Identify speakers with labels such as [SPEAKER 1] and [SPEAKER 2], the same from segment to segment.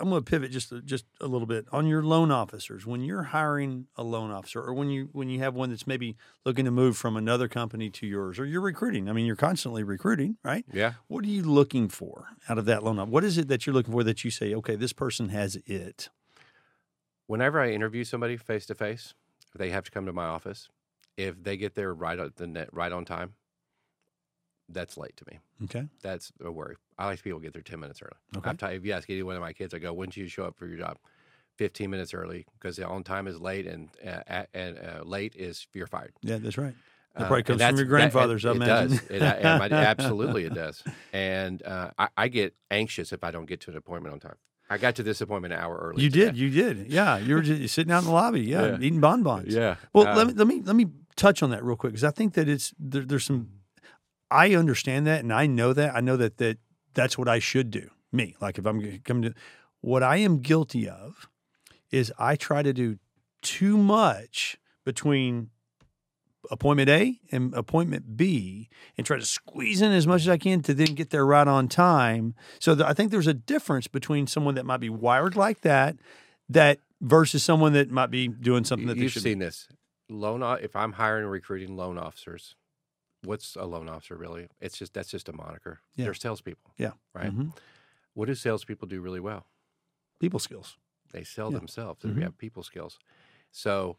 [SPEAKER 1] I'm going to pivot just a- just a little bit on your loan officers. When you're hiring a loan officer, or when you when you have one that's maybe looking to move from another company to yours, or you're recruiting. I mean, you're constantly recruiting, right?
[SPEAKER 2] Yeah.
[SPEAKER 1] What are you looking for out of that loan officer? What is it that you're looking for that you say, okay, this person has it?
[SPEAKER 2] Whenever I interview somebody face to face, they have to come to my office. If they get there right at the net, right on time, that's late to me.
[SPEAKER 1] Okay.
[SPEAKER 2] That's a worry. I like people to get there 10 minutes early.
[SPEAKER 1] Okay.
[SPEAKER 2] I've t- if you ask any one of my kids, I go, when do you show up for your job? 15 minutes early because the on time is late and uh, at- and uh, late is you're fired.
[SPEAKER 1] Yeah, that's right. That
[SPEAKER 2] Uh,
[SPEAKER 1] probably
[SPEAKER 2] and
[SPEAKER 1] comes from your
[SPEAKER 2] that's- that- and
[SPEAKER 1] grandfather's, I
[SPEAKER 2] it
[SPEAKER 1] imagine.
[SPEAKER 2] Does. It, I- I- absolutely, it does. And uh, I, I get anxious if I don't get to an appointment on time. I got to this appointment an hour early.
[SPEAKER 1] You
[SPEAKER 2] today.
[SPEAKER 1] did, you did. Yeah, you were just sitting out in the lobby, yeah,
[SPEAKER 2] Yeah.
[SPEAKER 1] eating bonbons.
[SPEAKER 2] Yeah.
[SPEAKER 1] Well,
[SPEAKER 2] Uh,
[SPEAKER 1] let me let me let me touch on that real quick because I think that it's there, there's some. I understand that, and I know that. I know that that that's what I should do. Me, like if I'm g- coming to, what I am guilty of is I try to do too much between appointment A and appointment B, and try to squeeze in as much as I can to then get there right on time. So th- I think there's a difference between someone that might be wired like that, that versus someone that might be doing something that they
[SPEAKER 2] You've
[SPEAKER 1] should.
[SPEAKER 2] seen this. Loan. o- If I'm hiring and recruiting loan officers, what's a loan officer really? It's just that's just a moniker.
[SPEAKER 1] Yeah.
[SPEAKER 2] They're salespeople.
[SPEAKER 1] Yeah.
[SPEAKER 2] Right.
[SPEAKER 1] Mhm.
[SPEAKER 2] What do salespeople do really well?
[SPEAKER 1] people skills.
[SPEAKER 2] They sell
[SPEAKER 1] Yeah.
[SPEAKER 2] themselves. and
[SPEAKER 1] Mhm.
[SPEAKER 2] We have people skills. So,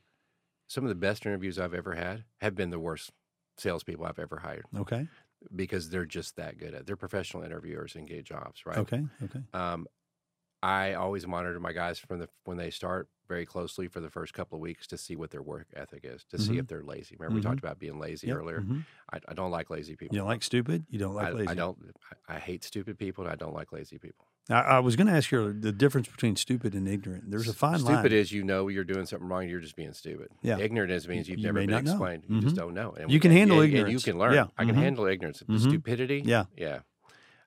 [SPEAKER 2] some of the best interviews I've ever had have been the worst salespeople I've ever hired
[SPEAKER 1] Okay.
[SPEAKER 2] because they're just that good at. They're professional interviewers and get jobs. Right.
[SPEAKER 1] Okay. Okay.
[SPEAKER 2] Um, I always monitor my guys from the when they start very closely for the first couple of weeks to see what their work ethic is, to see if they're lazy. Remember we talked about being lazy
[SPEAKER 1] Mm-hmm. Yep,
[SPEAKER 2] earlier.
[SPEAKER 1] mhm.
[SPEAKER 2] I, I don't like lazy people.
[SPEAKER 1] You don't like stupid. You don't like
[SPEAKER 2] I,
[SPEAKER 1] lazy.
[SPEAKER 2] I don't. I, I hate stupid people, and I don't like lazy people.
[SPEAKER 1] I, I was going to ask you earlier, the difference between stupid and ignorant. There's a fine
[SPEAKER 2] stupid
[SPEAKER 1] line.
[SPEAKER 2] is you know you're doing something wrong. You're just being stupid.
[SPEAKER 1] Yeah.
[SPEAKER 2] Ignorant is means you've
[SPEAKER 1] You
[SPEAKER 2] never
[SPEAKER 1] may
[SPEAKER 2] been
[SPEAKER 1] not know.
[SPEAKER 2] explained. You just
[SPEAKER 1] Mhm.
[SPEAKER 2] don't know. And
[SPEAKER 1] You
[SPEAKER 2] we-
[SPEAKER 1] can
[SPEAKER 2] and-
[SPEAKER 1] handle
[SPEAKER 2] and- And
[SPEAKER 1] ignorance.
[SPEAKER 2] you can learn.
[SPEAKER 1] Yeah.
[SPEAKER 2] I can
[SPEAKER 1] Mhm.
[SPEAKER 2] handle ignorance. The
[SPEAKER 1] Mhm.
[SPEAKER 2] Stupidity.
[SPEAKER 1] Yeah.
[SPEAKER 2] Yeah.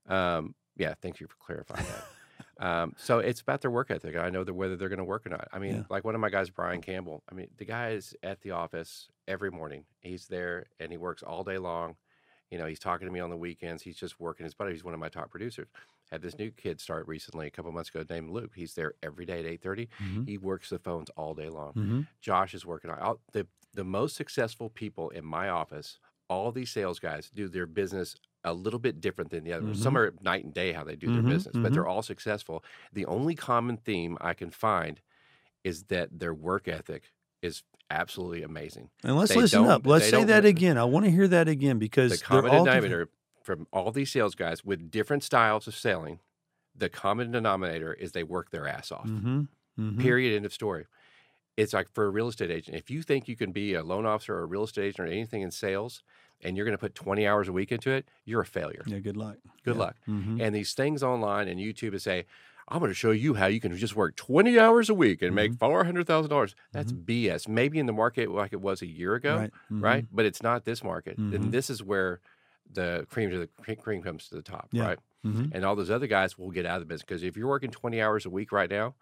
[SPEAKER 2] Um, yeah. Thank you for clarifying that. um, so it's about their work ethic. I know the, whether they're going to work or not. I mean,
[SPEAKER 1] Yeah.
[SPEAKER 2] like one of my guys, Brian Campbell. I mean, the guy is at the office every morning. He's there and he works all day long. You know, he's talking to me on the weekends. He's just working his butt. off. He's one of my top producers. Had this new kid start recently a couple months ago named Luke. He's there every day at eight thirty.
[SPEAKER 1] Mhm.
[SPEAKER 2] He works the phones all day long.
[SPEAKER 1] Mhm.
[SPEAKER 2] Josh is working on all, the the most successful people in my office. All these sales guys do their business a little bit different than the other. Some
[SPEAKER 1] Mm-hmm.
[SPEAKER 2] are night and day how they do
[SPEAKER 1] Mhm,
[SPEAKER 2] their business, but they're all successful. The only common theme I can find is that their work ethic is absolutely amazing.
[SPEAKER 1] And let's
[SPEAKER 2] They
[SPEAKER 1] listen
[SPEAKER 2] don't-
[SPEAKER 1] up. Let's
[SPEAKER 2] they
[SPEAKER 1] say
[SPEAKER 2] don't-
[SPEAKER 1] that again. I want to hear that again because
[SPEAKER 2] The
[SPEAKER 1] they're
[SPEAKER 2] common
[SPEAKER 1] all
[SPEAKER 2] denominator from all these sales guys with different styles of selling, the common denominator is they work their ass off.
[SPEAKER 1] Different. hmm
[SPEAKER 2] Period. End of story. It's like for a real estate agent, if you think you can be a loan officer or a real estate agent or anything in sales and you're going to put 20 hours a week into it, you're a failure.
[SPEAKER 1] Yeah. Good luck.
[SPEAKER 2] Good
[SPEAKER 1] Yeah.
[SPEAKER 2] luck.
[SPEAKER 1] Mhm.
[SPEAKER 2] And these things online and YouTube that say, I'm going to show you how you can just work 20 hours a week and make
[SPEAKER 1] Mm-hmm.
[SPEAKER 2] $400,000. That's BS. Maybe in the market like it was a year ago,
[SPEAKER 1] Right. Mhm.
[SPEAKER 2] right? But it's not this market.
[SPEAKER 1] Mhm.
[SPEAKER 2] And this is where the cream to the cre- cream comes to the top,
[SPEAKER 1] Yeah.
[SPEAKER 2] right?
[SPEAKER 1] Mhm.
[SPEAKER 2] And all those other guys will get out of the business because if you're working 20 hours a week right now,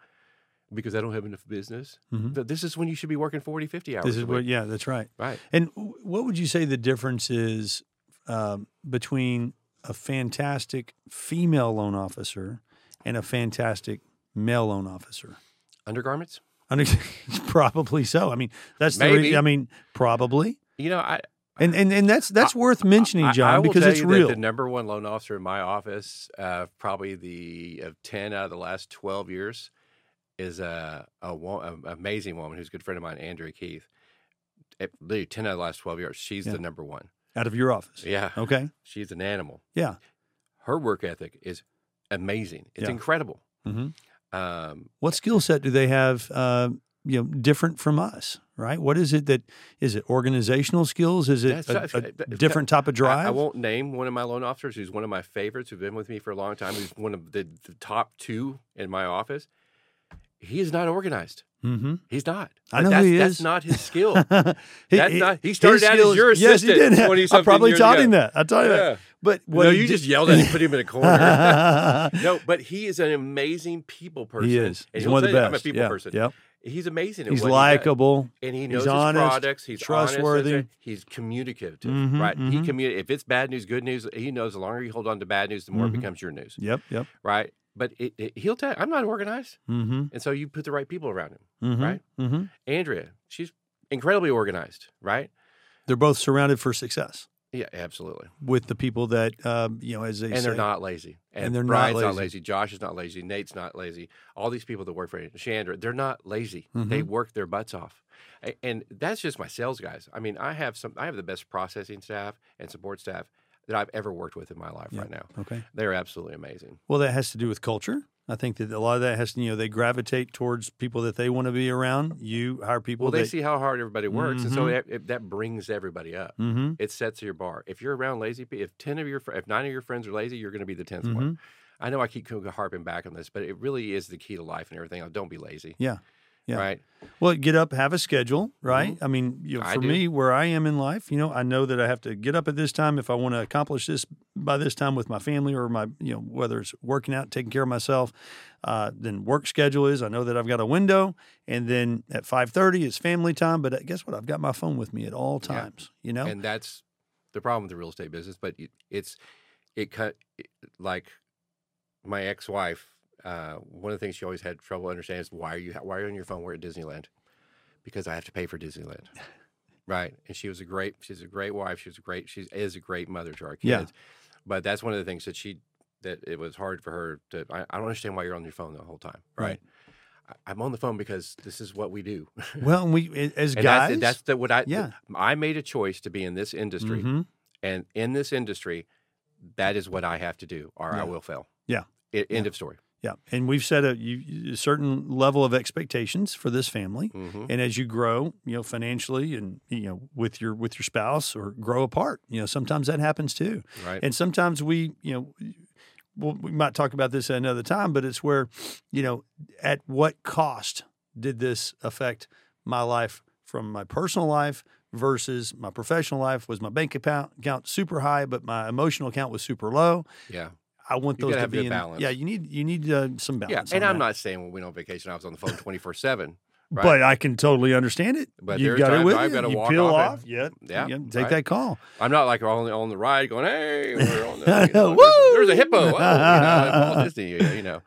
[SPEAKER 2] because I don't have enough business,
[SPEAKER 1] Mhm.
[SPEAKER 2] th- this is when you should be working 40, 50 hours.
[SPEAKER 1] This is
[SPEAKER 2] a week.
[SPEAKER 1] what. Yeah. That's right.
[SPEAKER 2] right.
[SPEAKER 1] And w- what would you say the difference is um, between a fantastic female loan officer and a fantastic male loan officer?
[SPEAKER 2] Undergarments.
[SPEAKER 1] I mean, probably so. I mean, that's the
[SPEAKER 2] Maybe.
[SPEAKER 1] rea- I mean, probably.
[SPEAKER 2] You know, I
[SPEAKER 1] And and and that's that's worth mentioning,
[SPEAKER 2] I-
[SPEAKER 1] John,
[SPEAKER 2] I will
[SPEAKER 1] because
[SPEAKER 2] tell
[SPEAKER 1] it's
[SPEAKER 2] you
[SPEAKER 1] real.
[SPEAKER 2] That the number one loan officer in my office, uh, probably the of ten out of the last twelve years, is a a, wo- a- amazing woman who's a good friend of mine, Andrea Keith. At literally ten out of the last twelve years, she's
[SPEAKER 1] Yeah.
[SPEAKER 2] the number one.
[SPEAKER 1] Out of your office.
[SPEAKER 2] Yeah,
[SPEAKER 1] Okay.
[SPEAKER 2] she's an animal.
[SPEAKER 1] Yeah.
[SPEAKER 2] Her work ethic is amazing. It's
[SPEAKER 1] Yeah.
[SPEAKER 2] incredible.
[SPEAKER 1] hmm
[SPEAKER 2] Um,
[SPEAKER 1] What skill set do they have? Uh, you know, different from us, right? What is it that is it organizational skills? Is it
[SPEAKER 2] That's-
[SPEAKER 1] a,
[SPEAKER 2] that's-
[SPEAKER 1] a
[SPEAKER 2] that-
[SPEAKER 1] different type of drive?
[SPEAKER 2] I, I won't name one of my loan officers who's one of my favorites, who's been with me for a long time, who's one of the, the top two in my office. He is not organized.
[SPEAKER 1] Mhm.
[SPEAKER 2] He's not.
[SPEAKER 1] I know who
[SPEAKER 2] that's,
[SPEAKER 1] he
[SPEAKER 2] that's
[SPEAKER 1] is.
[SPEAKER 2] not his skill.
[SPEAKER 1] He-
[SPEAKER 2] That's
[SPEAKER 1] he-
[SPEAKER 2] not- he
[SPEAKER 1] his
[SPEAKER 2] started out as
[SPEAKER 1] skills-
[SPEAKER 2] your
[SPEAKER 1] Yes, he
[SPEAKER 2] assistant
[SPEAKER 1] did. I
[SPEAKER 2] 20-something
[SPEAKER 1] probably
[SPEAKER 2] years
[SPEAKER 1] taught
[SPEAKER 2] ago.
[SPEAKER 1] him that. I taught you
[SPEAKER 2] Yeah.
[SPEAKER 1] that. But
[SPEAKER 2] no, you just yelled at him, put him in a corner.
[SPEAKER 1] at.
[SPEAKER 2] no, but he is an amazing people person.
[SPEAKER 1] he is.
[SPEAKER 2] And
[SPEAKER 1] He's
[SPEAKER 2] he'll
[SPEAKER 1] one of
[SPEAKER 2] tell
[SPEAKER 1] the
[SPEAKER 2] you,
[SPEAKER 1] best.
[SPEAKER 2] I'm a people
[SPEAKER 1] yeah.
[SPEAKER 2] person.
[SPEAKER 1] Yep.
[SPEAKER 2] He's amazing. at
[SPEAKER 1] He's
[SPEAKER 2] what he does.
[SPEAKER 1] likable.
[SPEAKER 2] and he knows
[SPEAKER 1] honest,
[SPEAKER 2] his products. He's honest,
[SPEAKER 1] trustworthy.
[SPEAKER 2] that's it. He's communicative,
[SPEAKER 1] Mhm,
[SPEAKER 2] right? He
[SPEAKER 1] mhm.
[SPEAKER 2] communi- If it's bad news, good news, he knows. The longer you hold on to bad news, the more
[SPEAKER 1] Mhm.
[SPEAKER 2] it becomes your news,
[SPEAKER 1] Yep. Yep.
[SPEAKER 2] right? But it, it- he'll tell. I'm not organized,
[SPEAKER 1] Mm-hmm.
[SPEAKER 2] and so you put the right people around him.
[SPEAKER 1] mm-hmm
[SPEAKER 2] Right.
[SPEAKER 1] Mm-hmm.
[SPEAKER 2] Andrea, she's incredibly organized, right?
[SPEAKER 1] They're both surrounded for success
[SPEAKER 2] Yeah, absolutely.
[SPEAKER 1] with the people that um, you know as they
[SPEAKER 2] and
[SPEAKER 1] say.
[SPEAKER 2] they're not lazy. And,
[SPEAKER 1] And they're not
[SPEAKER 2] Brian's not
[SPEAKER 1] lazy.
[SPEAKER 2] lazy. Josh is not lazy. Nate's not lazy. All these people that work for Chandra, they're not lazy. They
[SPEAKER 1] Mhm.
[SPEAKER 2] work their butts off. A- And that's just my sales guys. I mean, I have some I have the best processing staff and support staff that I've ever worked with in my life
[SPEAKER 1] Yeah.
[SPEAKER 2] right now.
[SPEAKER 1] Okay.
[SPEAKER 2] They're absolutely amazing.
[SPEAKER 1] Well, that has to do with culture. I think that a lot of that has to you know they gravitate towards people that they want to be around. You hire people
[SPEAKER 2] Well, they,
[SPEAKER 1] that.
[SPEAKER 2] see how hard everybody works, and so
[SPEAKER 1] Mhm.
[SPEAKER 2] that, it, that brings everybody up.
[SPEAKER 1] mm-hmm.
[SPEAKER 2] It sets your bar. If you're around lazy people, if ten of your, fr- if nine of your friends are lazy, you're going to be the 10th one.
[SPEAKER 1] Mhm.
[SPEAKER 2] I know I keep co- harping back on this, but it really is the key to life and everything. Oh, don't be lazy.
[SPEAKER 1] Yeah. Yeah.
[SPEAKER 2] Right.
[SPEAKER 1] Well, get up, have a schedule, right? I mean, you know,
[SPEAKER 2] Mm-hmm. I
[SPEAKER 1] for
[SPEAKER 2] do.
[SPEAKER 1] me, where I am in life, you know, I know that I have to get up at this time if I want to accomplish this by this time with my family or my, you know, whether it's working out, taking care of myself. Uh, then work schedule is I know that I've got a window, and then at five thirty it's family time. But uh, guess what? I've got my phone with me at all
[SPEAKER 2] Yeah.
[SPEAKER 1] times. You know,
[SPEAKER 2] And that's the problem with the real estate business. But it, it's it cut it, like my ex wife. Uh, one of the things she always had trouble understanding is why are you why are you on your phone? We're at Disneyland because I have to pay for Disneyland. Right, and she was a great. She's a great wife. She was a great. She is a great mother to our kids.
[SPEAKER 1] Yeah.
[SPEAKER 2] But that's one of the things that she that it was hard for her to. I, I don't understand why you're on your phone the whole time. Right, I, I'm on the phone because this is what we do.
[SPEAKER 1] Well, and we as
[SPEAKER 2] and
[SPEAKER 1] guys,
[SPEAKER 2] that's, that's the, what I.
[SPEAKER 1] yeah.
[SPEAKER 2] I made a choice to be in this industry,
[SPEAKER 1] Mhm.
[SPEAKER 2] and in this industry, that is what I have to do, or
[SPEAKER 1] Yeah.
[SPEAKER 2] I will fail.
[SPEAKER 1] Yeah.
[SPEAKER 2] E- end
[SPEAKER 1] Yeah.
[SPEAKER 2] of story.
[SPEAKER 1] Yeah, and we've set a, you, a certain level of expectations for this family.
[SPEAKER 2] hmm
[SPEAKER 1] and as you grow you know financially and you know with your with your spouse or grow apart you know sometimes that happens too
[SPEAKER 2] Right.
[SPEAKER 1] and sometimes we you know well, we might talk about this at another time but it's where you know at what cost did this affect my life from my personal life versus my professional life was my bank account account super high but my emotional account was super low
[SPEAKER 2] yeah.
[SPEAKER 1] i want
[SPEAKER 2] You
[SPEAKER 1] those
[SPEAKER 2] gotta
[SPEAKER 1] to
[SPEAKER 2] have
[SPEAKER 1] be
[SPEAKER 2] good
[SPEAKER 1] in
[SPEAKER 2] balance.
[SPEAKER 1] yeah you need you need uh, some
[SPEAKER 2] Yeah.
[SPEAKER 1] balance
[SPEAKER 2] And
[SPEAKER 1] on
[SPEAKER 2] I'm
[SPEAKER 1] that.
[SPEAKER 2] not saying when we went on vacation, I was on the phone 24 7. Right.
[SPEAKER 1] but i can totally understand it
[SPEAKER 2] But
[SPEAKER 1] you
[SPEAKER 2] there are
[SPEAKER 1] got it
[SPEAKER 2] times
[SPEAKER 1] with
[SPEAKER 2] I've
[SPEAKER 1] you.
[SPEAKER 2] gotta
[SPEAKER 1] you
[SPEAKER 2] walk
[SPEAKER 1] peel
[SPEAKER 2] off
[SPEAKER 1] off,
[SPEAKER 2] it.
[SPEAKER 1] yeah,
[SPEAKER 2] Yeah,
[SPEAKER 1] yeah, take
[SPEAKER 2] right.
[SPEAKER 1] that call.
[SPEAKER 2] I'm not like on the, on the ride going, hey, we're on the. you know, there's a- there's a hippo. Oh, you know, at Walt Disney, you know.